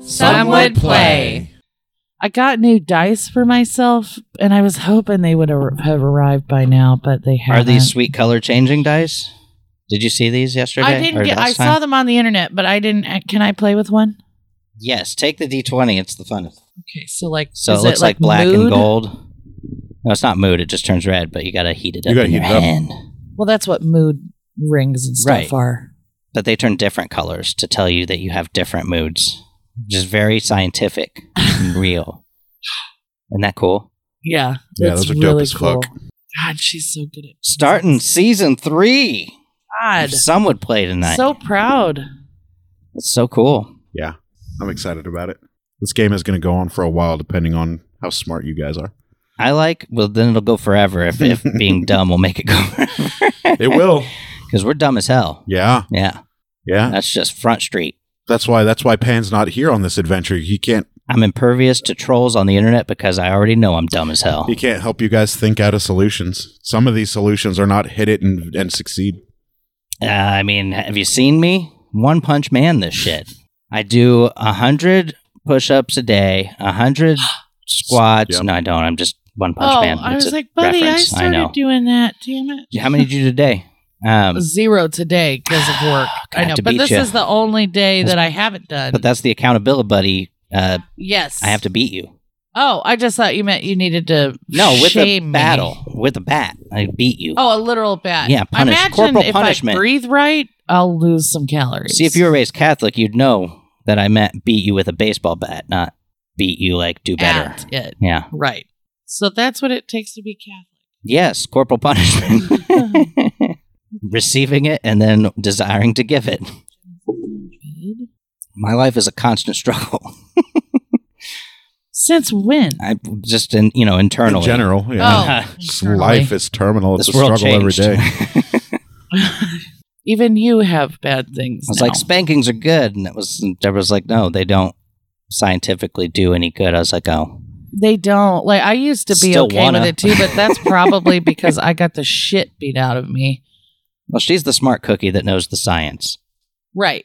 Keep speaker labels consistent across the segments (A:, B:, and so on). A: Some would play.
B: I got new dice for myself, and I was hoping they would ar- have arrived by now, but they haven't.
A: Are
C: Uh-huh.
A: these sweet color changing dice? Did you see these yesterday?
B: I didn't
A: or
B: get. I
A: last
B: saw
A: time?
B: them on the internet, but I didn't. uh, Can I play with one?
A: Yes, take the d20. It's the fun. of-
B: Okay, so like,
A: So
B: is
A: it looks like, black and
B: mood?
A: gold. No, it's not mood. It just turns red, but you got to heat it up.
C: You gotta
A: in your
C: heat it up.
A: hand.
B: Well, that's what mood rings and stuff
A: Right.
B: are.
A: But they turn different colors to tell you that you have different moods. Just very scientific and real. Isn't that cool?
B: Yeah,
C: Yeah,
B: it's
C: those are dope
B: really
C: as fuck.
B: cool. God, she's so good at
A: Starting season three.
B: God,
A: If Some would play tonight.
B: so proud.
A: it's so cool.
C: Yeah, I'm excited about it. This game is going to go on for a while, depending on how smart you guys are.
A: I like. Well, then it'll go forever. If, if being dumb will make it go forever,
C: It will.
A: because we're dumb as hell.
C: yeah,
A: Yeah,
C: yeah.
A: that's just front street.
C: That's why. That's why Pan's not here on this adventure. He can't.
A: I'm impervious to trolls on the internet because I already know I'm dumb as hell.
C: He can't help you guys think out of solutions. Some of these solutions are not hit it and, and succeed.
A: Uh, I mean, have you seen me? One punch man, this shit. I do a hundred push-ups a day, a hundred squats.
C: Yep.
A: No, I don't. I'm just one punch
B: Oh,
A: man.
B: I
A: It's
B: was
A: a
B: like, buddy,
A: reference.
B: I started
A: know.
B: doing that. Damn it.
A: How many did you do today? Um,
B: Zero today because of work. I
A: have
B: know,
A: to
B: but
A: beat
B: this
A: ya.
B: is the only day that I haven't done.
A: but that's the accountability buddy. Uh,
B: yes,
A: I have to beat you.
B: Oh, I just thought you meant you needed to.
A: No, with
B: shame
A: a
B: me.
A: battle, with a bat, I beat you.
B: Oh, a literal bat.
A: Yeah,
B: I
A: punish-
B: Imagine
A: corporal
B: if
A: punishment.
B: I breathe right, I'll lose some calories.
A: See, if you were raised Catholic, you'd know that I meant beat you with a baseball bat, not beat you like do better.
B: at it,
A: Yeah.
B: right? So that's what it takes to be Catholic.
A: Yes, corporal punishment. Receiving it and then desiring to give it. My life is a constant struggle.
B: Since when?
A: I just in you know internally.
C: In general, yeah.
B: Oh,
C: Just
B: internally.
C: Life is terminal. It's
A: This
C: a struggle
A: world changed.
C: every day.
A: I
B: Even you have bad things.
A: was
B: now.
A: like, spankings are good, and it was Deborah was like, no, they don't scientifically do any good. I was like, oh,
B: They don't. Like I used to be
A: Still
B: okay
A: wanna.
B: with it too, but that's probably because I got the shit beat out of me.
A: well, she's the smart cookie that knows the science.
B: Right.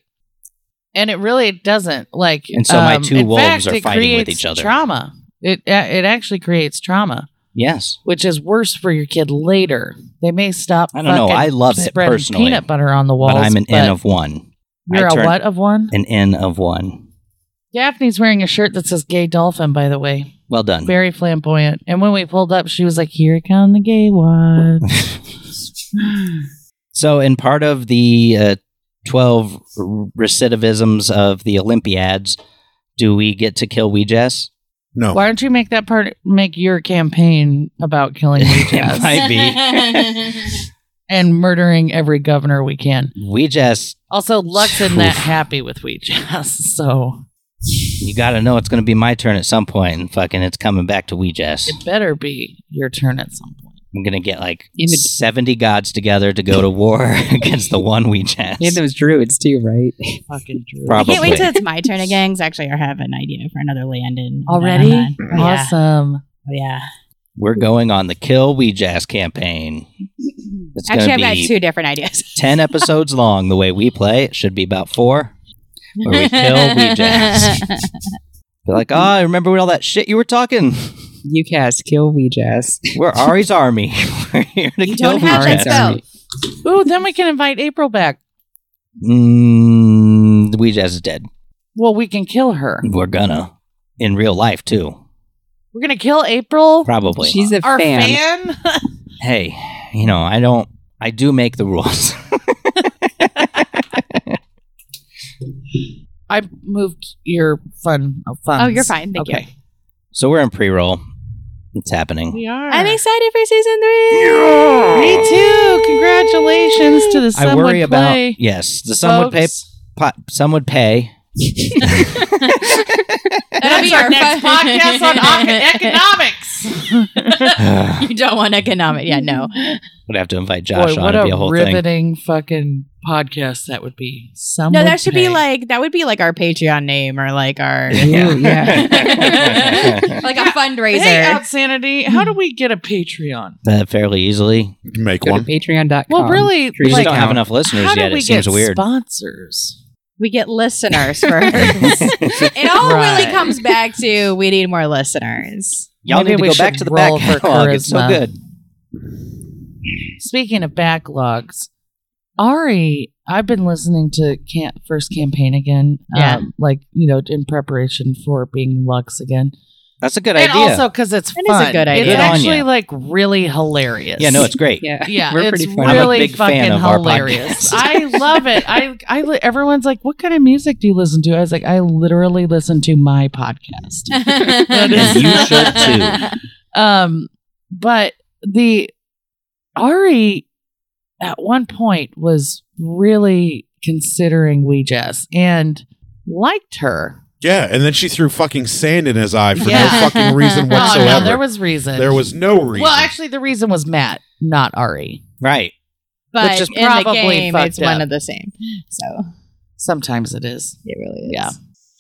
B: And it really doesn't like. um,
A: And so my two
B: in
A: wolves
B: fact,
A: are
B: it
A: fighting with
B: creates
A: each other.
B: Trauma. It uh, it actually creates trauma,
A: Yes,
B: which is worse for your kid later. They may stop.
A: I don't know.
B: fucking
A: I love it
B: spreading
A: personally,
B: Peanut butter on the walls.
A: but I'm an N of one. I
B: You're a
A: turn-
B: what of one?
A: An N of one.
B: Daphne's wearing a shirt that says "Gay Dolphin." By the way,
A: Well done.
B: very flamboyant. And when we pulled up, she was like, "Here come the gay ones."
A: So, in part of the uh, 12 r- recidivisms of the Olympiads, do we get to kill Weejess?
C: No,
B: Why don't you make that part make your campaign about killing
A: it
B: Jazz
A: might be.
B: and murdering every governor we can?
A: Weejess,
B: Also, Lux isn't that
A: Oof.
B: happy with we Jazz, so
A: you got to know it's going to be my turn at some point, and fucking it's coming back to Weejess.
B: it better be your turn at some point.
A: I'm going to get like
D: You know-
A: 70 gods together to go to war against the one Weejess.
D: And those druids too, right?
B: Fucking Drew.
D: I
A: Probably.
E: can't wait till it's my turn again. 'cause actually, I have an idea for another land in
B: Already?
E: Anaheim. Yeah.
B: Awesome.
E: Oh, yeah.
A: We're going on the Kill Weejess campaign. It's
E: Actually,
A: going
E: I've
A: to be
E: got two different ideas.
A: 10 episodes long the way we play. It should be about four. Where we kill we jazz. They're like, oh, I remember when all that shit you were talking.
D: You cast kill we jazz.
A: We're Ari's army. We're here to
E: You
A: kill
E: don't have
A: Weejess.
E: that spell.
B: Ooh, then we can invite April back.
A: Mm, Weejazz is dead.
B: Well, we can kill her.
A: We're gonna. In real life, too.
B: We're gonna kill April.
A: Probably.
D: She's a
B: Our
D: fan.
B: fan.
A: hey, you know, I don't, I do make the rules.
B: I moved your fun. Oh, funds.
E: Oh, you're fine. Thank
B: okay.
A: so we're in pre roll. It's happening.
B: We are.
E: you. I'm excited for season three.
B: Me too. Congratulations to the
A: I
B: someone
A: worry about,
B: play.
A: yes, the some would pay,
B: folks.
A: pot, some would pay.
E: That'll be our next
B: podcast on eco- economics.
A: would
E: You don't want economic. Yeah, no.
A: have to invite Josh
B: Boy,
A: on.
B: what
A: It'd be a
B: a
A: whole thing.
B: riveting fucking podcast that would be. Some
E: No,
B: would
E: that should be
B: pay.
E: like, that would be like our Patreon name or like our,
D: Yeah.
A: yeah.
E: like a fundraiser.
B: Hey, out sanity. How do we get a Patreon?
A: Uh, fairly easily.
C: you can make
D: Go to
C: one.
D: patreon.com.
B: Well, really,
A: We
D: Like,
A: just don't have enough listeners
B: how
A: yet.
B: do we
A: It seems
B: get
A: weird.
B: sponsors?
E: We get listeners first. it all
B: Right.
E: really comes back to we need more listeners.
A: Y'all
B: Maybe
A: need to
B: we
A: go back
B: should
A: to the
B: roll
A: back
B: for
A: catalog. It's so
B: charisma.
A: good.
B: Speaking of backlogs, Ari, I've been listening to Camp First Campaign again.
E: Yeah.
B: Um, like, you know, in preparation for being Lux again.
A: That's a good
B: and
A: idea.
B: also because it's
E: It is a
B: fun.
E: good idea.
B: It's
A: Good on
B: actually
A: ya.
B: like really hilarious.
A: yeah, no, it's great.
D: Yeah.
B: yeah,
D: We're
B: it's
D: pretty funny.
A: I'm a
B: really
A: big fan
B: fucking
A: of our
B: hilarious.
A: podcast.
B: I love it. I, I, li- everyone's like, "What kind of music do you listen to?" I was like, "I literally listen to my podcast."
E: that
B: is-
A: You should
B: Um, but the Ari at one point was really considering Ouija's and liked her.
C: Yeah, and then she threw fucking sand in his eye for
B: Yeah.
C: no fucking reason
E: Oh, no,
C: whatsoever.
B: no, there was reason.
C: no reason.
B: Well, actually, the reason was Matt, not Ari.
A: Right.
E: But
B: Which is
E: in the
B: probably
E: game,
B: fucked
E: it's one
B: up.
E: of the same. So
B: Sometimes it is,
E: it really is.
B: Yeah.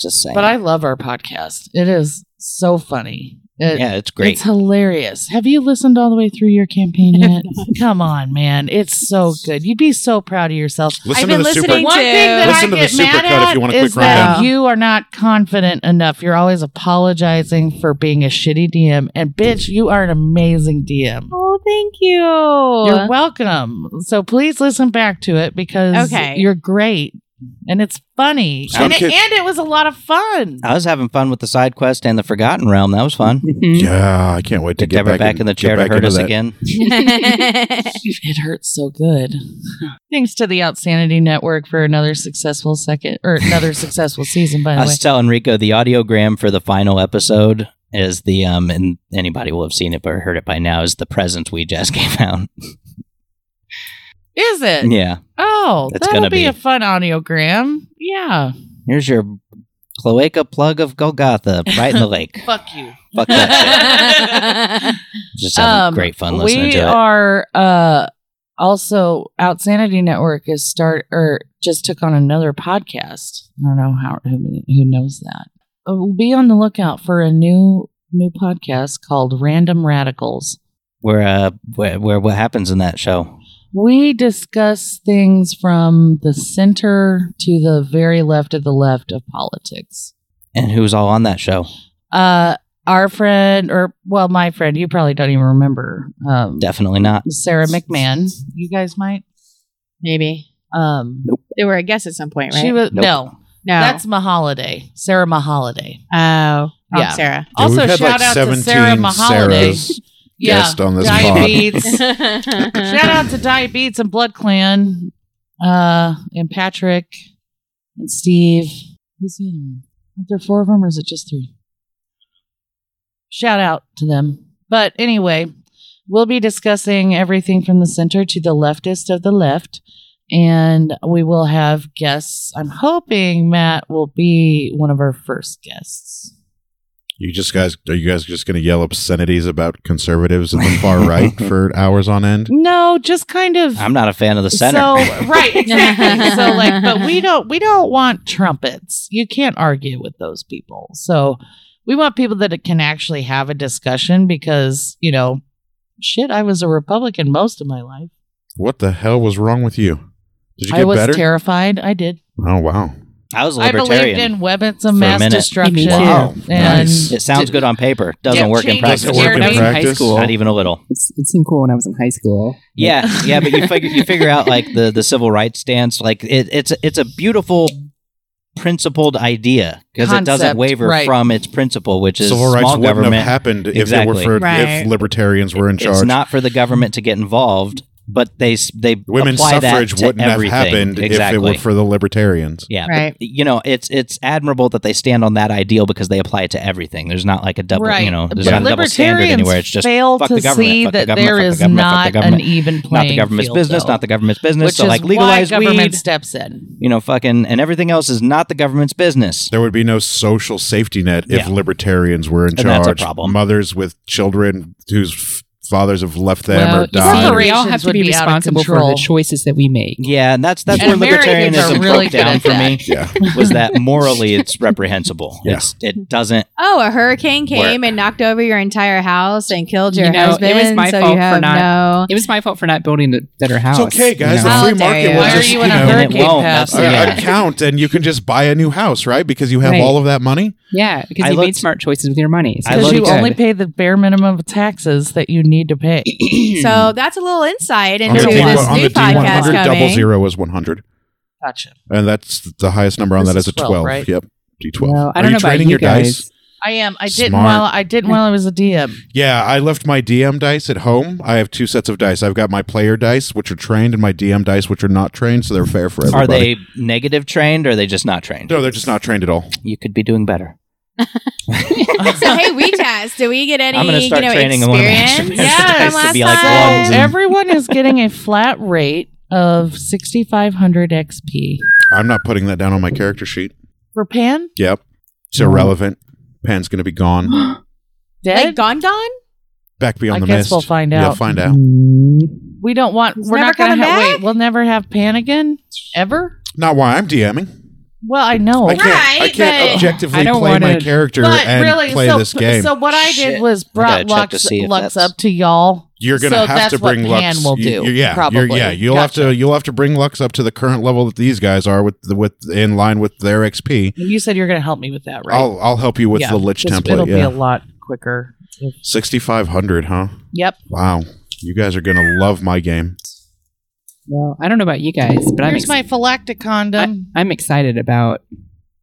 A: Just saying.
B: but I love our podcast. It is so funny. It-
A: yeah, it's great.
B: It's hilarious. Have you listened all the way through your campaign
E: I
B: yet?
E: have not.
B: Come on, man. It's so good. You'd be so proud of yourself.
C: listen
E: I've
C: to
E: been
C: the super.
E: listening-
B: one thing that
C: Listen
B: I
C: to the
B: get mad
C: supercut if
B: at
C: you want a
B: is
C: quick
B: that
E: rundown.
B: you are not confident enough. You're always apologizing for being a shitty DM, and bitch, you are an amazing DM.
E: Oh, thank you.
B: You're welcome. So please listen back to it because
E: Okay.
B: you're great and it's funny.
C: Some
B: And it,
C: kid-
B: and it was a lot of fun.
A: I was having fun with the side quest and the Forgotten Realm. That was fun.
C: Yeah, I can't wait to get
A: Get Deborah back, in the
C: get
A: chair to
C: back
A: hurt
C: into
A: us
C: that.
A: again.
B: It hurts so good. Thanks to the Outsanity Network for another successful second or another successful season, by
A: I
B: the way.
A: was telling Rico the audiogram for the final episode is the um and anybody will have seen it or heard it by now is the present we just gave out.
B: Is it?
A: yeah.
B: Oh,
A: It's
B: that'll
A: gonna
B: be
A: be.
B: a fun audiogram. Yeah.
A: Here's your cloaca plug of Golgotha right in the lake.
B: Fuck you.
A: Fuck that shit. Just having
B: Um,
A: great fun listening
B: we
A: to it.
B: are uh, also Outsanity Network is start or just took on another podcast. I don't know how who, who knows that. Uh, we'll be on the lookout for a new new podcast called Random Radicals.
A: where uh where, where what happens in that show?
B: We discuss things from the center to the very left of the left of politics.
A: And who's all on that show?
B: Uh, our friend, or well, my friend, you probably don't even remember, um,
A: Definitely not.
B: Sarah McMahon. You guys might.
E: Maybe.
B: Um,
E: They were a guest at some point, right?
B: She was
A: Nope.
B: no.
E: no.
B: That's Maholiday, Sarah Maholiday.
E: oh, wrong
B: Yeah.
E: Sarah.
C: Yeah,
B: also,
C: we've had,
B: shout
C: like,
B: out to
C: 17
B: Sarah Maholiday.
C: Sarahs Guest on this pod.
B: Diabetes. shout out to Diabetes and Blood Clan, uh, and Patrick and Steve. Who's the other one? Aren't there four of them, or is it just three? Shout out to them. But anyway, we'll be discussing everything from the center to the leftist of the left. And we will have guests. I'm hoping Matt will be one of our first guests.
C: You just guys, are you guys just going to yell obscenities about conservatives and the far right for hours on end?
B: No, just kind of.
A: I'm not a fan of the center.
B: So right, exactly. so like, but we don't we don't want trumpets. You can't argue with those people. So we want people that can actually have a discussion because you know, shit. I was a Republican most of my life.
C: What the hell was wrong with you? Did you
B: I
C: get
B: was
C: better?
B: terrified. I did.
C: oh wow,
A: I was a
B: I believed
A: libertarian.
B: in weapons
A: for
B: of
A: a
B: mass
A: minute.
B: destruction.
D: Me too.
C: Wow,
B: And
C: nice.
A: it sounds good on paper. Doesn't
B: Yeah,
A: work in
B: change
A: practice.
C: Doesn't work in
B: Jeremy.
C: practice.
D: High school.
A: Not even a little.
D: It's, it seemed cool when I was in high school.
A: Yeah, yeah, but you figure you figure out like the the civil rights stance. Like it, it's it's a beautiful principled idea because it
B: Concept,
A: doesn't waver
B: right.
A: from its principle, which is
C: civil rights
A: small
C: wouldn't have
A: government.
C: happened if it were
A: Exactly.
C: for
E: Right.
C: if libertarians were in charge.
A: It's not for the government to get involved, but they s- they
C: Women's
A: apply that
C: suffrage
A: to
C: wouldn't
A: everything.
C: have happened
A: exactly.
C: if it were for the libertarians.
A: yeah, but,
E: Right.
A: you know, it's it's admirable that they stand on that ideal because they apply it to everything. There's not like a double,
B: right,
A: you know,
B: but
A: there's not a double standard
B: libertarians
A: anywhere. It's just
B: fail
A: fuck
B: to
A: the government,
B: see
A: fuck the
B: that
A: government,
B: there
A: fuck the
B: is
A: government, fuck the
B: not an
A: government.
B: even playing
A: not the government's
B: field,
A: business,
B: though.
A: not the government's business.
B: Which
A: so
B: is
A: like
B: why
A: legalize
B: government
A: weed,
B: steps in.
A: you know, fucking, and everything else is not the government's business.
C: There would be no social safety net if
A: Yeah.
C: libertarians were in
A: And
C: charge.
A: that's a problem.
C: Mothers with children whose f- fathers have left them
B: Well,
C: or
B: you see,
C: died.
B: Corporations
C: or-
B: re-
D: we all have to
B: would
D: be
B: be out of
D: responsible for
B: control.
D: the choices that we make.
A: Yeah, and that's that's
B: And
A: where
B: Americans are
A: libertarianism
B: really
A: broke down
B: good
A: for
B: at
A: me
C: yeah.
A: was that morally it's reprehensible.
C: Yeah.
A: It's, it doesn't.
E: Oh, a hurricane came
C: Work.
E: and knocked over your entire house and killed your
D: You know, it was
E: husband.
D: my
E: so
D: fault
E: you
D: for
E: have
D: not-
E: no.
D: It was my fault for not building a better house.
C: It's okay, guys.
E: How
C: The free
E: dare
C: market
E: you.
C: will
B: Why are
C: just,
B: you
C: you,
B: in a
A: and
C: know,
A: it
B: hurricane
A: won't.
B: path?
A: That's the
C: a-
A: yeah.
C: account and you can just buy a new house, right? Because you have
D: Right.
C: all of that money.
D: Yeah, because
A: I
D: you
A: looked-
D: made smart choices with your money. So
A: I
B: Because
A: looked
B: you
A: at-
B: only pay the bare minimum of taxes that you need to pay.
E: So that's a little insight
C: On
E: into
C: the,
E: this
C: D,
E: new
C: on the
E: podcast
C: D100, double
E: coming.
C: zero was 100.
B: Gotcha.
C: And that's the highest number on
B: This
C: that
B: is
C: is a 12.
B: 12, right?
C: Yep. D12.
D: Well, I
C: Are
D: don't
C: you
D: know about
C: trading
D: you
C: your
D: guys.
C: dice?
B: I am. I didn't
C: Smart.
B: while I didn't while I was a DM.
C: Yeah, I left my DM dice at home. I have two sets of dice. I've got my player dice, which are trained, and my DM dice, which are not trained, so they're fair for
A: Are
C: everybody.
A: they negative trained or are they just not trained?
C: No, they're just not trained at all.
A: You could be doing better.
E: so hey, we test. Do we get any?
A: I'm gonna start
E: you know,
A: training a woman
E: experience?
A: to
E: Yeah,
B: Yes.
E: from
A: to
E: last
A: be like
E: time.
A: lungs.
B: Everyone is getting a flat rate of 6,500 XP.
C: I'm not putting that down on my character sheet.
B: For Pan,
C: Yep. It's irrelevant. Pan's going to be gone.
B: dead.
E: Like gone, gone.
C: Back
B: I
C: beyond the
B: guess
C: mist.
B: we'll find
C: Yeah,
B: out.
C: find out.
D: Mm-hmm.
B: we don't want.
E: He's
B: we're
E: never
B: not going to
E: coming
B: have.
E: back?
B: Wait, we'll never have Pan again ever.
C: Not why I'm DMing.
B: Well, I know.
C: I can't, I
E: Right,
C: can't
E: but-
C: objectively
D: I don't
C: play my
D: wanna-
C: character and play
B: so,
C: this game.
B: so what I did
A: Shit.
B: was
A: gotta
B: brought
A: check to
B: Lux,
A: see if
B: Lux
A: that's-
B: up to y'all.
C: you're gonna
B: so
C: have
B: that's
C: to bring
B: what
C: Lux.
B: Pan will
C: you-
B: do,
C: you- yeah,
B: probably.
C: yeah. You'll have
B: Gotcha.
C: to. You'll have to bring Lux up to the current level that these guys are with the, with in line with their XP.
B: And you said you're going to help me with that, right?
C: I'll I'll help you with
B: Yeah,
C: the Lich
B: 'cause It'll
C: template.
B: be a
C: Yeah,
B: lot quicker. if-
C: sixty five hundred, huh?
B: Yep.
C: Wow, you guys are gonna love my game.
D: Well, I don't know about you guys, but I'm,
B: Here's
D: ex-
B: my phylactic condom.
D: I'm excited about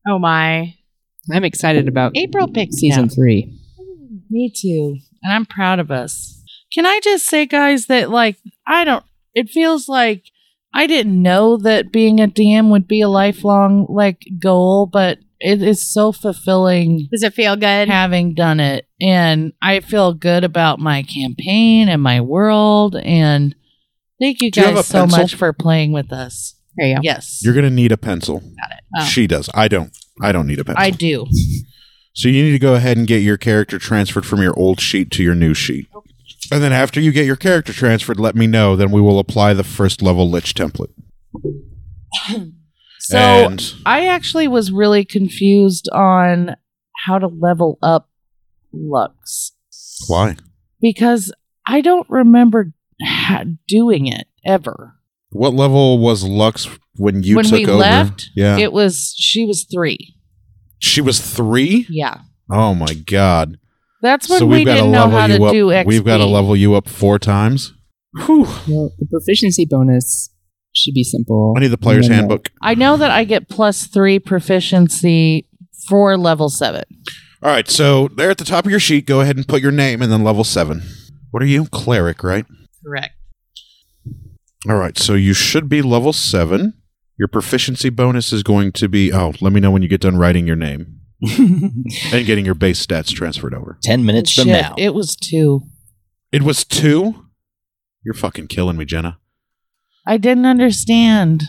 E: Oh my.
D: I'm excited about
B: April picks me
D: season
B: up.
D: three.
B: Me too. And I'm proud of us. Can I just say, guys, that like, I don't, it feels like I didn't know that being a DM would be a lifelong like goal, but it is so fulfilling
E: Does it feel good?
B: having done it. And I feel good about my campaign and my world. And thank you
C: Do you have
B: guys
C: a
B: so
C: pencil?
B: much for playing with us.
E: There you go.
B: Yes.
C: You're gonna need a pencil.
E: Oh.
C: She does. I don't. I don't need a pencil.
B: I do.
C: So you need to go ahead and get your character transferred from your old sheet to your new sheet. And then after you get your character transferred, let me know. Then we will apply the first level Lich template.
B: So
C: and
B: I actually was really confused on how to level up Lux
C: why?
B: because I don't remember ha- doing it ever.
C: What level was Lux when you
B: when
C: took
B: we
C: over?
B: left,
C: yeah,
B: it was she was three.
C: she was three.
B: Yeah,
C: Oh my god!
B: that's when
C: so
B: we
C: we've got to
B: didn't know how
C: level
B: to
C: you
B: do
C: up.
B: XP.
C: We've got to level you up four times. Whew!
D: Well, the proficiency bonus should be simple.
C: I need the player's
D: And then
C: handbook.
B: I know that I get plus three proficiency for level seven.
C: All right, so there at the top of your sheet, go ahead and put your name and then level seven. What are you? Cleric, right?
B: Correct.
C: All right, so you should be level seven. Your proficiency bonus is going to be oh, let me know when you get done writing your name and getting your base stats transferred over.
A: Ten minutes from now.
B: It was two.
C: It was two. You're fucking killing me, Jenna.
B: I didn't understand.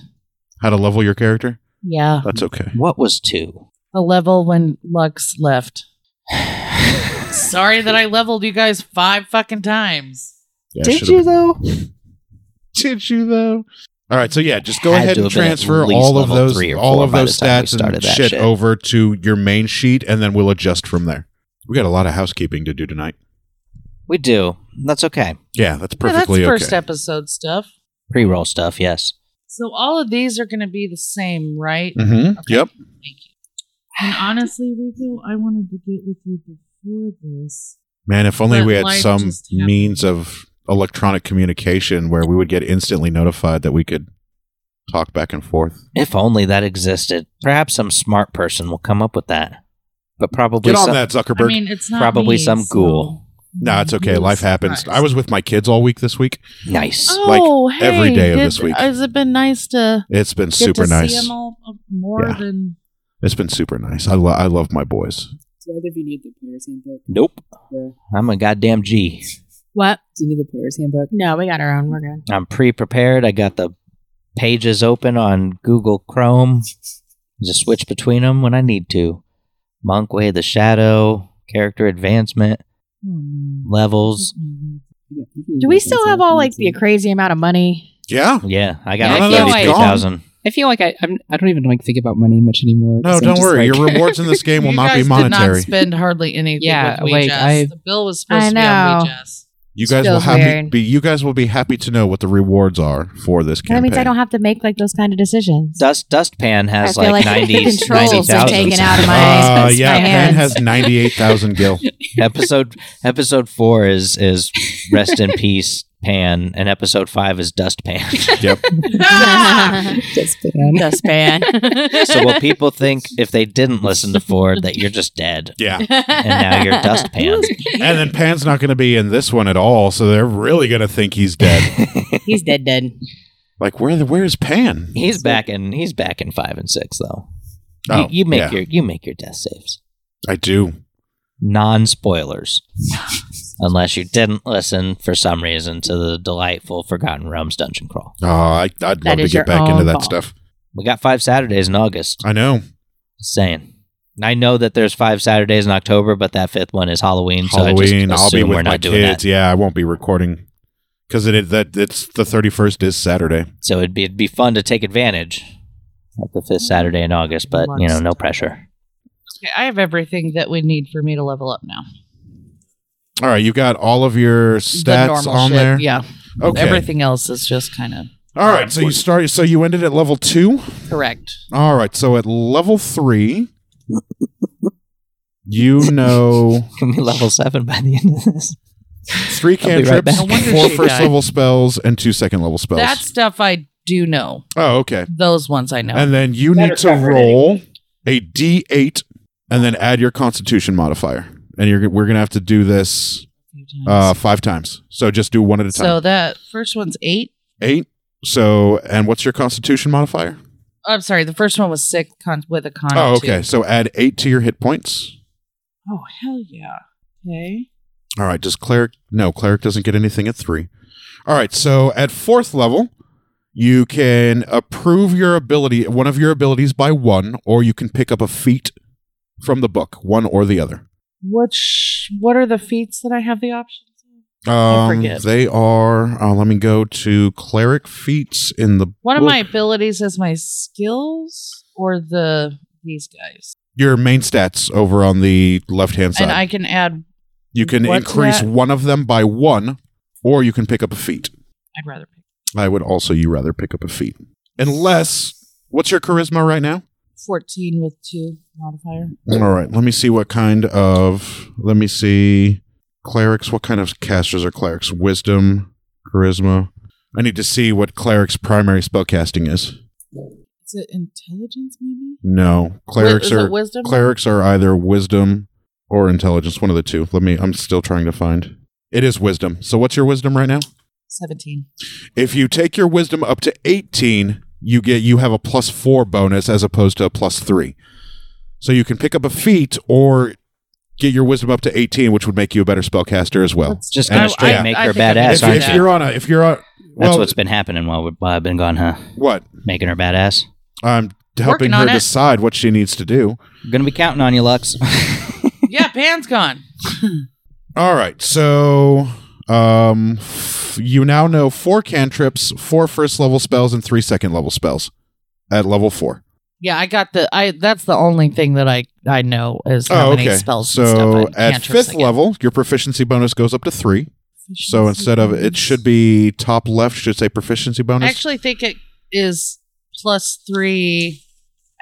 C: How to level your character?
B: Yeah,
C: That's okay.
A: what was two?
B: the level when Lux left. Sorry that I leveled you guys five fucking times.
C: Yeah, I should've-
D: though?
C: Did you though? All right, so yeah, just go
A: Had
C: ahead
A: to
C: and
A: have been at
C: transfer
A: least
C: all of
A: level
C: those,
A: three or
C: all
A: four
C: of
A: by the
C: those
A: time we
C: stats
A: started
C: and
A: that
C: shit,
A: shit.
C: over to your main sheet, and then we'll adjust from there. We got a lot of housekeeping to do tonight.
A: We do. That's okay.
B: Yeah,
C: Yeah, that's
B: that's
C: perfectly
B: first
C: okay.
B: episode stuff.
A: Pre-roll stuff. Yes.
B: So all of these are going to be the same, right?
C: Mm-hmm. Yep.
B: And honestly, Rico, I wanted to get with you before this.
C: Man, if only
B: But
C: we had
B: life
C: some
B: just happens.
C: means of electronic communication where we would get instantly notified that we could talk back and forth.
A: If only that existed. Perhaps some smart person will come up with that. But probably
C: Get on
A: some-
C: that,
B: I
C: Zuckerberg.
B: mean, it's not
A: Probably
B: me,
A: some
B: so-
A: ghoul.
C: no, it's okay.
B: Jesus
C: Life happens.
B: Christ.
C: I was with my kids all week this week.
A: nice.
B: oh, hey,
C: every day of
B: did-
C: this week.
B: Has it been nice to
C: It's been
B: get
C: super
B: to
C: nice.
B: see them all uh, more
C: Yeah.
B: than?
C: It's been super nice. I, lo- I love my boys.
D: Do either of you need the player's handbook?
A: Nope.
D: Yeah.
A: I'm a goddamn G.
E: What?
D: Do you need the player's handbook?
E: No, we got our own. We're good.
A: I'm pre-prepared. I got the pages open on Google Chrome. Just switch between them when I need to. Monkway, the shadow, character advancement,
B: Oh, no.
A: levels.
D: Yeah, you can
E: Do we
D: use
E: still
D: that
E: have
D: to-
E: all like the crazy ammt of money?
C: Yeah.
A: Yeah, I
D: Yeah,
A: got
D: I
A: like
D: feel like-
A: thirty-three thousand.
D: I feel like I I'm, I don't even like think about money much anymore. 'cause
C: No,
D: I'm
C: don't
D: just
C: worry.
D: like-
C: Your rewards in this game will
B: You
C: not be
B: guys Did not
C: monetary.
B: spend hardly anything.
D: Yeah,
B: with
D: like,
B: Weegees.
D: I-
B: the bill was supposed
E: I
B: to be on
E: know.
B: Weegees.
C: You guys will
E: Feels
C: happy
E: weird.
C: be you guys will be happy to know what the rewards are for this
E: That
C: campaign.
E: means I don't have to make like those kind of decisions.
A: Dust Dustpan has
E: I feel
A: like,
E: like the
A: 90
E: controls are
A: 90,000.
E: taken out of my-
C: Uh,
E: That's
C: yeah,
E: my
C: Pan
E: hands.
C: has ninety eight thousand gil.
A: episode episode four is is rest in peace Pan, and episode five is Dustpan.
C: Yep.
D: Just fit in.
E: Dustpan.
A: so will people think if they didn't listen to Ford that you're just dead
C: Yeah.
A: and now you're Dustpan?
C: And then Pan's not going to be in this one at all, so they're really going to think he's dead.
E: He's dead, dead.
C: like where the, where is Pan?
A: He's back in he's back in five and six though. You-
C: Oh,
A: you, make
C: yeah.
A: your you make your death saves.
C: I do.
A: Non spoilers. Unless you didn't listen for some reason to the delightful Forgotten Realms dungeon crawl.
C: Oh, I, I'd love to
E: is your
C: get back into
E: own
C: that
E: fault.
C: stuff.
A: We got five Saturdays in August.
C: I know.
A: Just saying. I know that there's five Saturdays in October, but that fifth one is Halloween.
C: Halloween.
A: so I just
C: I'll be
A: assume we're
C: with my
A: not doing
C: kids.
A: that.
C: Yeah, I won't be recording because it, it that it's the thirty first is Saturday.
A: So it'd be it'd be fun to take advantage of the fifth Saturday in August, but you know, no pressure.
B: Okay, I have everything that we need for me to level up now.
C: All right, you got all of your
B: The
C: stats
B: normal
C: on
B: shit,
C: there.
B: Yeah.
C: Okay.
B: Everything else is just kind of
C: All right. So you start. So you ended at level two.
B: correct.
C: All right. So at level three, you know
A: Can we level seven by the end of this?
C: three
A: I'll be right
C: cantrips,
A: back.
B: No wonder
C: four
B: she
C: first
B: died.
C: level spells, and two second level spells.
B: That stuff I do know.
C: oh, okay.
B: Those ones I know.
C: And then you need to roll a d8 and then add your Constitution modifier. And you're we're gonna have to do this
B: A few times.
C: uh, five times. So just do one at a time.
B: so that first one's eight.
C: Eight. So and what's your Constitution modifier?
B: I'm sorry. The first one was sick con- with a con.
C: Oh,
B: of two.
C: okay. So add eight to your hit points.
B: Oh hell yeah. Okay.
C: All right, does cleric? No, cleric doesn't get anything at three. All right, so at fourth level, you can approve your ability, one of your abilities by one, or you can pick up a feat from the book, one or the other.
B: Which what are the feats that I have the options? of?
C: Um,
B: forget.
C: they are. Uh, let me go to cleric feats in the
B: One of
C: book.
B: my abilities is my skills or the these guys,
C: your main stats over on the left hand side.
B: and I can add.
C: you can
B: what's
C: increase
B: that?
C: one of them by one, or you can pick up a feat.
B: I'd rather pick
C: I would also you rather pick up a feat, unless what's your charisma right now?
B: fourteen with two modifier.
C: All right, let me see what kind of. Let me see. Clerics, what kind of casters are clerics? Wisdom, charisma. I need to see what clerics' primary spellcasting is.
B: Is it intelligence? Maybe
C: No, clerics
B: Is
C: are
B: it wisdom.
C: clerics are either wisdom or intelligence, one of the two. Let me. I'm still trying to find. It is wisdom. So what's your wisdom right now?
B: Seventeen.
C: If you take your wisdom up to 18, you get you have a plus 4 bonus as opposed to a plus 3. So you can pick up a feat or get your wisdom up to 18, which would make you a better spellcaster as well.
A: It's just
C: And
A: gonna
C: it's-
A: straight
C: yeah.
A: make
B: I
A: her
B: think I
A: badass,
B: Yes,
C: If,
B: can do
A: aren't
C: if
B: that.
A: you?
C: you're on a if you're on
A: That's
C: well,
A: what's been happening while, we, while I've been gone, huh?
C: what
A: Making her badass.
C: I'm helping
B: Working
C: her
B: on it.
C: decide what she needs to do.
A: Gonna be counting on you, Lux.
B: yeah, Pan's gone.
C: All right. So um f- you now know four cantrips, four first level spells and three second level spells at level 4.
B: Yeah, I got the. I that's the only thing that I I know is how many spells.
C: Oh, So
B: and stuff I-
C: at
B: cantrips I
C: fifth
B: get.
C: level, your proficiency bonus goes up to three. So instead of it should be top left, should say
B: I
C: proficiency bonus.
B: actually think it is plus three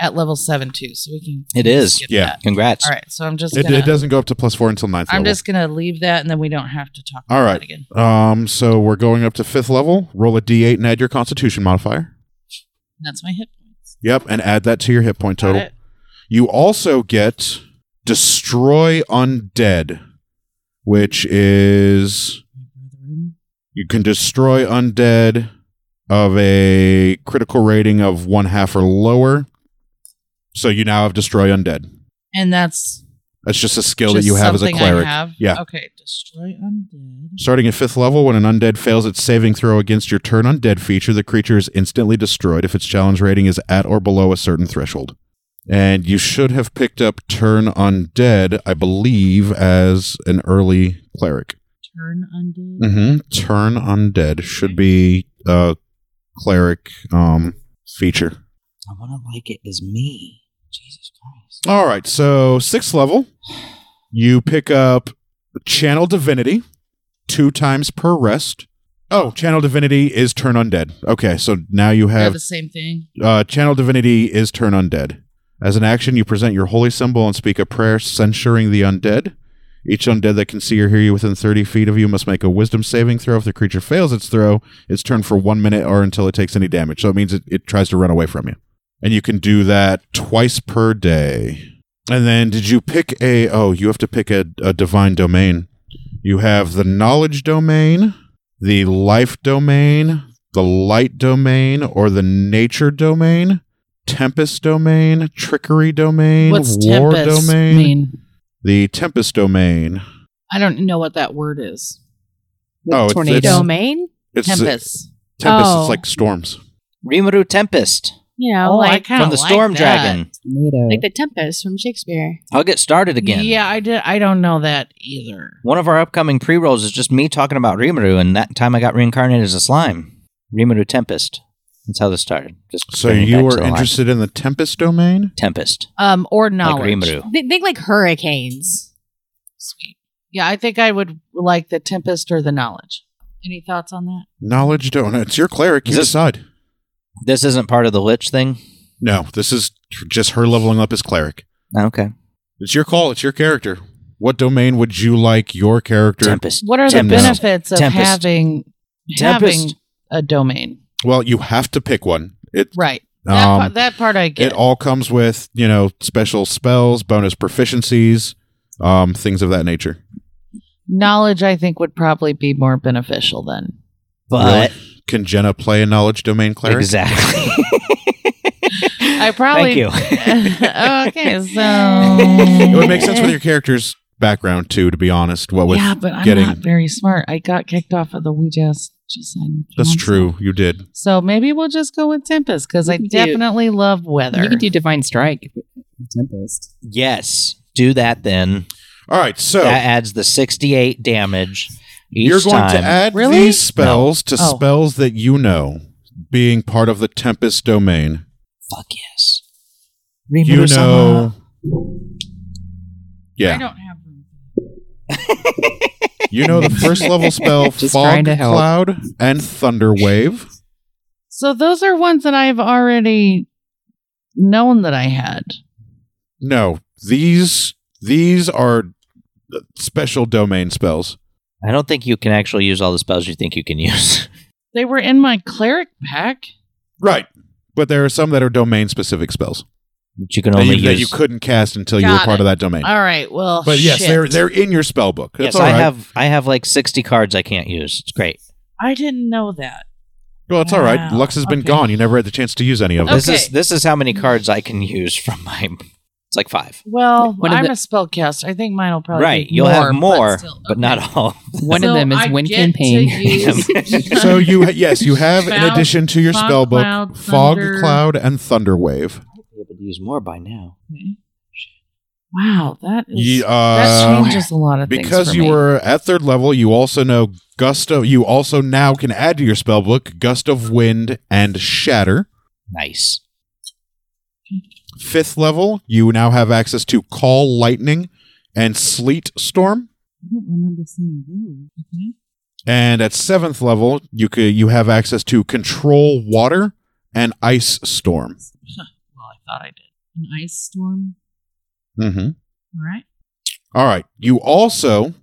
B: at level seven too. So we can.
A: It is.
B: skip
C: Yeah.
B: that.
A: Congrats.
B: All right. So I'm just.
C: it,
B: gonna,
C: it doesn't go up to plus four until ninth
B: I'm
C: level.
B: just gonna leave that, and then we don't have to talk.
C: All
B: about
C: right.
B: it again.
C: um, so we're going up to fifth level. Roll a d8 and add your Constitution modifier.
B: That's my hit points.
C: Yep, and add that to your hit point
B: Got
C: total.
B: it.
C: You also get destroy undead, which is you can destroy undead of a critical rating of one half or lower. So you now have destroy undead.
B: And that's
C: That's just a skill
B: just
C: that you have as a
B: something I
C: cleric.
B: have?
C: Yeah.
B: Okay. Destroy undead.
C: Starting at fifth level, when an undead fails its saving throw against your turn undead feature, the creature is instantly destroyed if its challenge rating is at or below a certain threshold. And you should have picked up turn undead, I believe, as an early cleric.
B: turn undead.
C: hmm Turn undead should be a cleric um, feature.
A: I want to like it as me. Jesus Christ.
C: All right, so sixth level, you pick up channel divinity two times per rest. Oh, channel divinity is turn undead. Okay, so now you
B: They're
C: have
B: the same thing.
C: uh, channel divinity is turn undead. As an action, you present your holy symbol and speak a prayer censuring the undead. Each undead that can see or hear you within 30 feet of you must make a wisdom saving throw. If the creature fails its throw, it's turned for one minute or until it takes any damage. So it means it, it tries to run away from you. And you can do that twice per day. And then did you pick a. Oh, you have to pick a, a divine domain. You have the knowledge domain, the life domain, the light domain or the nature domain, tempest domain, trickery domain,
B: What's
C: war
B: tempest
C: domain,
B: mean?
C: the tempest domain.
B: I don't know what that word is.
D: The
C: Oh, it's-
D: tornado.
C: it's-
E: Domain?
C: It's
A: uh,
B: Tempest.
C: tempest.
E: Oh.
C: It's like storms.
A: Rimaru Tempest
E: You know,
B: Oh, I
E: like,
B: kinda
A: from the
B: like
A: Storm
B: that.
A: Dragon.
D: tornado.
E: like the Tempest from Shakespeare.
A: I'll get started again.
B: Yeah, I did. I don't know that either.
A: One of our upcoming pre rolls is just me talking about Rimaru, and that time I got reincarnated as a slime. Rimaru Tempest. That's how this started. Just
C: So
A: bringing it back
C: you
A: to
C: are
A: the line.
C: interested in the tempest domain?
A: Tempest.
B: Um, or
A: Like
B: knowledge.
A: Rimaru.
E: Think, think like hurricanes.
B: Sweet. Yeah, I think I would like the Tempest or the Knowledge. Any thoughts on that?
C: Knowledge domain. It's your cleric. You
A: Is this-
C: decide.
A: This isn't part of the Lich thing.
C: No, this is just her leveling up as cleric.
A: Ah, Okay.
C: It's your call. It's your character. What domain would you like your character?
A: Tempest.
B: What are the
C: Tempest.
B: benefits of
A: Tempest.
B: having having
A: Tempest.
B: a domain?
C: well, you have to pick one. It
B: Right.
C: um,
B: That, part, that part I get.
C: it all comes with you know special spells bonus proficiencies um things of that nature
B: knowledge, I think, would probably be more beneficial then.
A: But
C: can jenna play a knowledge domain cleric
A: exactly.
B: I probably.
A: Thank you.
B: okay, so
C: it would make sense with your character's background too to be honest what with
B: yeah, but I'm
C: getting-
B: not very smart. I got kicked off of the Ouija. Just sign.
C: that's true you did
B: So maybe we'll just go with Tempest because I
D: You can do-
B: definitely love weather.
D: you could do divine strike. with Tempest.
A: Yes. Do that then.
C: all right so
A: That adds the 68 damage each
C: you're going to
A: time.
C: add
B: Really?
C: these spells to
B: Oh.
C: spells that you know being part of the tempest domain
A: Fuck yes.
C: you
A: Rimaru-sama.
C: know
B: I
C: yeah
B: don't have room.
C: you know the first level spell
D: Just
C: fog
D: trying to help.
C: cloud and thunder wave
B: So those are ones that I've already known that I had.
C: No, these these are special domain spells.
A: I don't think you can actually use all the spells you think you can use.
B: They were in my cleric pack.
C: Right. But there are some that are domain specific spells
A: But you can
C: that
A: only
C: you, that
A: use.
C: you couldn't cast until you
B: Got
C: were part
B: it.
C: of that domain.
B: All right. Well,
C: but yes,
B: shit.
C: they're they're in your spell book. That's
A: yes,
C: all right.
A: I have. I have like 60 cards I can't use. It's great.
B: I didn't know that.
C: well, it's all right.
B: Wow.
C: Lux has been
B: Okay.
C: gone. You never had the chance to use any of them.
A: This is
B: Okay.
A: this is how many cards I can use from my. It's like five.
B: Well,
D: One of
B: I'm
D: the-
B: a spellcaster. I think mine will probably
A: right,
B: be
A: you'll
B: more,
A: have more, but,
B: still- okay.
A: not all.
D: One
B: So
D: of them is
B: I
D: win
B: get
D: campaign.
B: to use-
C: so you ha- yes, you have in
B: Cloud-
C: addition to your
B: fog
C: spell book
B: cloud,
C: fog
B: thunder-
C: cloud and thunder wave.
A: I'll be able to use more by now.
B: Okay. Wow, that is
C: Ye-
B: that
C: uh,
B: changes a lot of things
C: because
B: for
C: you
B: me.
C: were at third level you also know gust of you also now can add to your spell book gust of wind and shatter
A: Nice.
C: fifth level you now have access to call lightning and sleet storm
B: I don't remember seeing you. Okay.
C: and at seventh level you could you have access to control water and ice storm
B: Well, I thought I did. An ice storm.
C: mm-hmm.
B: All right.
C: all right you also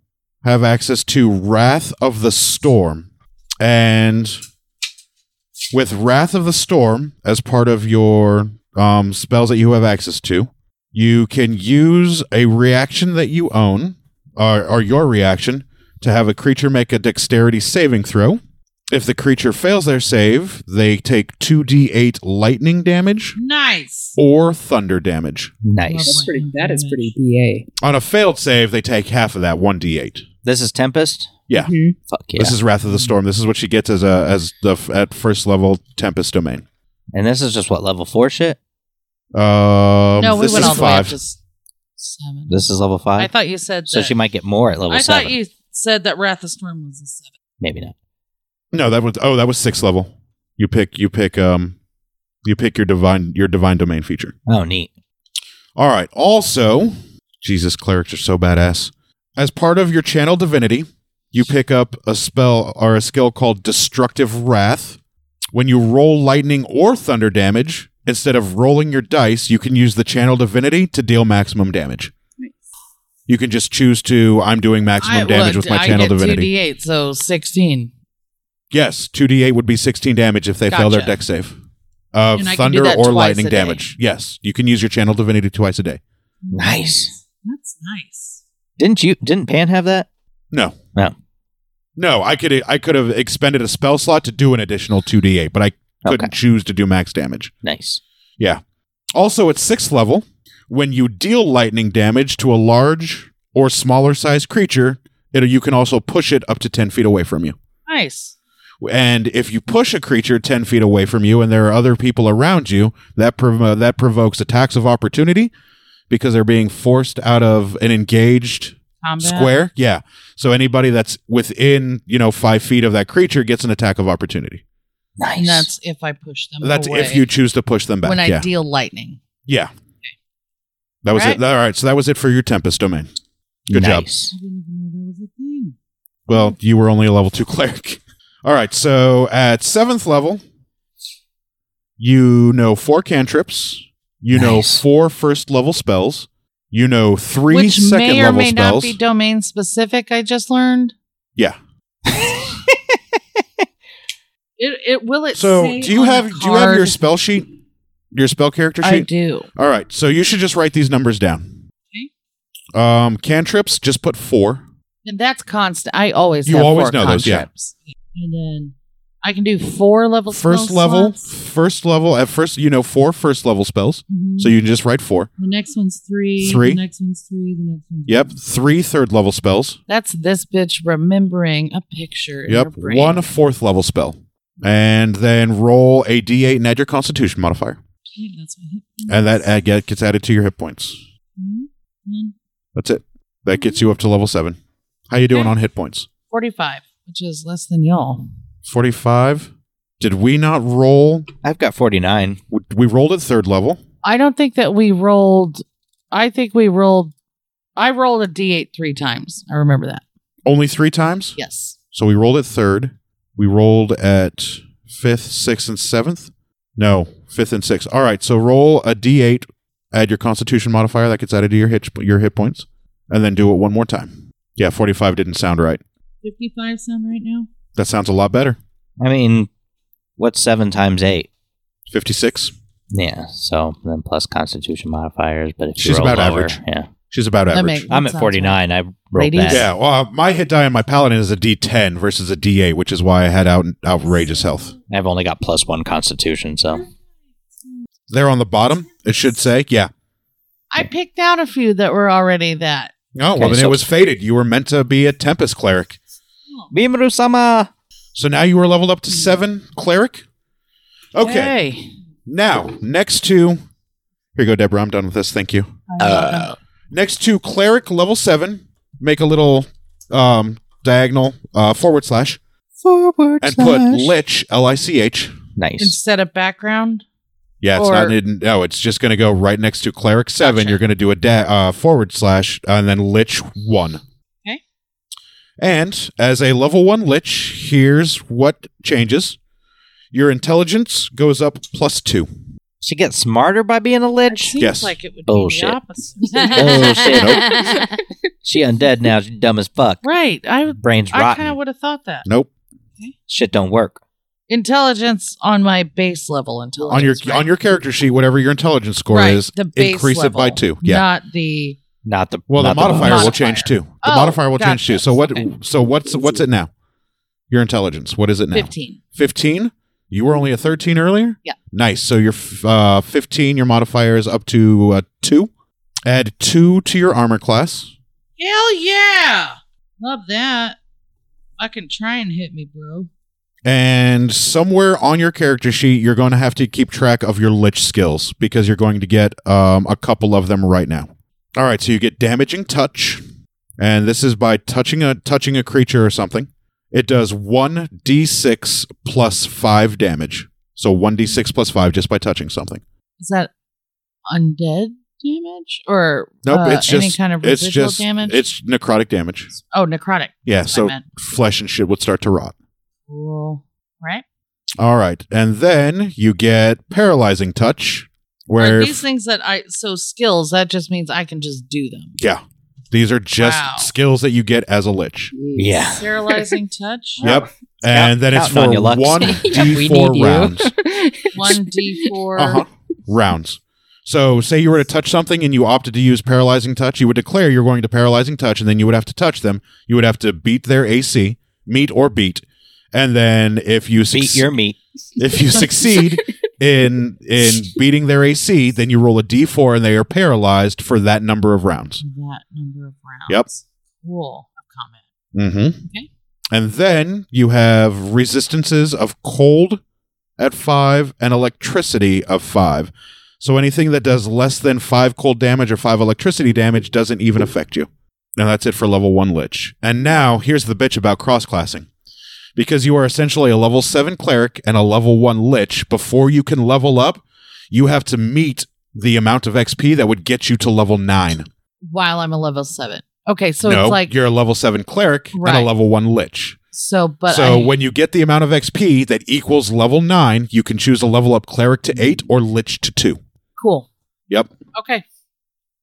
C: have access to wrath of the storm and with Wrath of the Storm as part of your um, spells that you have access to, you can use a reaction that you own or, or your reaction to have a creature make a dexterity saving throw. If the creature fails their save, they take 2d8 lightning damage
B: Nice.
C: or thunder damage.
A: Nice.
D: That's pretty, that is pretty BA.
C: On a failed save, they take half of that 1d8.
A: This is Tempest.
C: Yeah.
D: Mhm.
A: Fuck yeah.
C: This is Wrath of the Storm. This is what she gets as a as the f- at first level Tempest Domain.
A: and this is just what level four shit.
C: Um,
B: no, we
C: this
B: went
C: is
B: all the way
C: five.
B: up to s- seven.
A: This is level five.
B: I thought you said
A: so
B: that-
A: she might get more at level
B: I
A: seven.
B: thought you said that Wrath of Storm was a seven.
A: Maybe not.
C: No, that was oh, that was sixth level. You pick you pick um you pick your divine your divine domain feature.
A: Oh, neat.
C: All right. Also, Jesus clerics are so badass. As part of your channel divinity, you pick up a spell or a skill called Destructive Wrath. When you roll lightning or thunder damage, instead of rolling your dice, you can use the channel divinity to deal maximum damage. You can just choose to I'm doing maximum damage with my channel divinity.
B: Two D eight, so sixteen.
C: Yes, two d eight would be sixteen damage if they fail their
B: Gotcha.
C: deck save. Of
B: And I can do
C: thunder
B: that
C: or
B: twice
C: lightning
B: a day.
C: damage. Yes, you can use your channel divinity twice a day.
A: Nice.
B: That's nice.
A: Didn't you? Didn't Pan have that?
C: No,
A: No.
C: no. I could I could have expended a spell slot to do an additional two d eight, but I couldn't
A: Okay.
C: choose to do max damage.
A: Nice.
C: Also, at sixth level, when you deal lightning damage to a large or smaller sized creature, it, you can also push it up to ten feet away from you.
B: Nice.
C: And if you push a creature 10 feet away from you and there are other people around you, that, prov- that provokes attacks of opportunity because they're being forced out of an engaged
B: Combat.
C: square. Yeah. So anybody that's within, you know, five feet of that creature gets an attack of opportunity.
A: Nice.
B: And that's if I push them.
C: That's
B: away
C: if you choose to push them back.
B: when I
C: yeah.
B: deal lightning.
C: yeah. That was
B: All
C: it. All right. So that was it for your Tempest domain. Good job.
A: Nice.
B: didn't even know that was a thing.
C: Well, you were only a level two cleric. All right, so at seventh level, you know four cantrips, you know
A: Nice.
C: four first level spells, you know three second
B: Which may or
C: level
B: may not
C: spells.
B: be domain specific. I just learned.
C: yeah.
B: It, it will it.
C: So
B: say
C: do you
B: on
C: have
B: the
C: do you have your
B: card?
C: spell sheet? Your spell character
B: Oh I
C: sheet?
B: do.
C: All right, so you should just write these numbers down. Um, cantrips, just put four.
B: And that's constant. I always
C: You
B: have
C: always
B: four
C: know those, yeah.
B: concepts. And then I can do four level
C: First
B: spell
C: level,
B: slots.
C: first level. At first, you know four first level spells,
B: Mhm.
C: so you can just write four.
B: the next one's three.
C: Three.
B: The next one's three. The next one's
C: Yep, three third level spells.
B: That's this bitch remembering a picture. in her
C: Yep,
B: brain.
C: one fourth level spell, and then roll a d8 and add your Constitution modifier,
B: Okay, that's my hit point.
C: and that add, get, gets added to your hit points.
B: Mhm. And
C: That's it. That gets you up to level seven. How you doing
B: Okay.
C: on hit points?
B: Forty-five, which is less than y'all.
C: Forty-five. Did we not roll?
A: I've got 49.
C: w- We rolled at third level.
B: I don't think that we rolled. I think we rolled. I rolled a d8 three times. I remember that.
C: Only three times.
B: Yes.
C: So we rolled at third. We rolled at fifth, sixth, and seventh. No, fifth and sixth. All right. So roll a d8. Add your Constitution modifier that gets added to your hit your hit points, and then do it one more time. Yeah, forty-five didn't sound right.
B: 55 sound right now?
C: That sounds a lot better.
A: I mean, what's 7 times 8?
C: 56.
A: Yeah, so then plus constitution modifiers, but if you
C: She's
A: roll
C: about
A: lower,
C: average.
A: Yeah.
C: She's about
B: That
C: average.
B: makes-
A: I'm
B: That
A: at
B: sounds
A: 49. I rolled
B: Ladies?
A: bad.
C: yeah, well, uh, my hit die on my paladin is a d10 versus a d8, which is why I had out outrageous health.
A: I've only got plus 1 constitution, so
C: There on the bottom, it should say, yeah.
B: I picked out a few that were already that.
C: Oh,
A: Okay,
C: well, then
A: so-
C: it was fated. You were meant to be a Tempest cleric.
A: Bimru sama.
C: So now you are leveled up to seven cleric. Okay,
B: Hey.
C: now next to. Here you go, Deborah. I'm done with this. Thank you.
B: Uh,
C: Next to cleric level seven, make a little um, diagonal uh, forward slash
A: Forward
C: and put lich, L I C H.
A: Nice.
B: Instead of background,
C: Yeah, it's
B: Or-
C: not. It, no, it's just going to go right next to cleric seven.
B: Gotcha.
C: You're going to do a da- uh, forward slash and then lich one.
B: Okay.
C: And as a level one lich, here's what changes: your intelligence goes up plus two.
A: She gets smarter by being a lich.
B: seems
C: Yes.
B: like it would
A: Bullshit.
B: be the opposite.
A: Bullshit. She undead now. She's dumb as fuck.
B: Right. I
A: Brain's
B: I kind
A: rotten.
B: of would have thought that.
C: Nope.
A: Shit don't work.
B: Intelligence on my base level intelligence.
C: On your
B: right?
C: on your character sheet, whatever your intelligence score
B: Right,
C: is,
B: the base
C: increase it by
B: level,
C: two. Yeah.
B: Not the
A: Not the
C: well, the
A: not
C: modifier will
B: modifier.
C: change too. The
B: Oh,
C: modifier will change
B: gotcha.
C: too. So what?
B: Okay.
C: So what's what's it now? Your intelligence. What is it now?
B: 15.
C: 15 you were only a 13 earlier
B: Yeah.
C: nice so your f- uh, 15 your modifier is up to uh, 2 add 2 to your armor class
B: Hell yeah. Love that. Fucking try and hit me, bro.
C: and somewhere on your character sheet you're going to have to keep track of your lich skills because you're going to get um, a couple of them right now all right so you get damaging touch and this is by touching a touching a creature or something. It does one d6 plus five damage. So one d6 plus five just by touching something.
B: Is that undead damage or
C: Nope,
B: uh,
C: it's just
B: any kind of
C: it's
B: residual
C: just
B: damage?
C: it's necrotic damage.
B: oh, necrotic.
C: Yeah,
B: I
C: so
B: meant.
C: flesh and shit would start to rot.
B: Cool.
E: right?
C: All right, and then you get paralyzing touch, where
B: Are
C: if-
B: these things that I so skills that just means I can just do them.
C: yeah, these are just
B: Wow.
C: skills that you get as a lich.
A: Yeah.
B: Paralyzing touch.
C: Yep, and then it's
A: counting
C: for
A: on your lucks.
C: one
D: Yeah, we
C: d
D: need
C: four
D: you.
C: rounds.
B: One D four.
C: Uh-huh. rounds. So, say you were to touch something and you opted to use paralyzing touch, you would declare you're going to paralyzing touch, and then you would have to touch them. You would have to beat their AC, meet or beat, and then if you suc-
A: Beat your meat.
C: if you succeed in in beating their AC, then you roll a D4 and they are paralyzed for that number of rounds.
B: That number of rounds.
C: Yep.
B: Cool. A comment.
C: Mm-hmm.
B: Okay.
C: And then you have resistances of cold at five and electricity of five. So anything that does less than five cold damage or five electricity damage doesn't even affect you. And that's it for level one Lich. And now here's the bitch about cross classing. Because you are essentially a level seven cleric and a level one Lich, before you can level up, you have to meet the amount of XP that would get you to level nine.
B: While I'm a level seven. Okay, so
C: no,
B: it's like
C: you're a level seven cleric
B: Right.
C: and a level one Lich
B: so, but
C: so
B: I,
C: when you get the amount of XP that equals level nine, you can choose to level up cleric to eight or lich to two.
B: cool.
C: Yep.
B: Okay.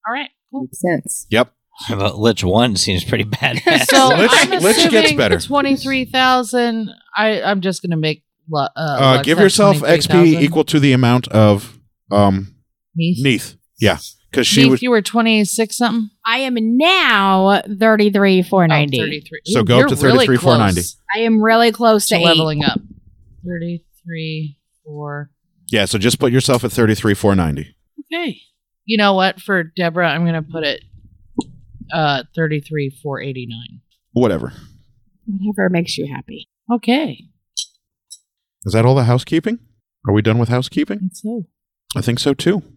B: All right. Cool.
D: Makes sense.
C: Yep.
A: But Lich 1 seems pretty badass.
B: So
C: Lich-
B: I'm
C: Lich
B: assuming
C: gets better.
B: Twenty three thousand. I I'm just gonna make. lu- Uh,
C: Uh,
B: luck
C: give
B: at
C: yourself XP
B: 23,000.
C: equal to the amount of um
B: Neath.
C: Neath. Yeah, because she
B: Neath,
C: would.
B: you were twenty six something.
E: I am now 33, 490.
B: Oh, 33.
C: So
B: Ooh,
C: go up
B: you're
C: to 33,
B: really
C: 490.
B: close
E: I am really close to,
B: To
E: eight.
B: leveling up. 33, 4.
C: Yeah, so just put yourself at thirty three four ninety.
B: Okay. You know what? For Deborah, I'm going to put it uh 33, 489.
C: Whatever.
E: Whatever makes you happy.
B: Okay.
C: Is that all the housekeeping? Are we done with housekeeping?
B: so.
C: I think so too.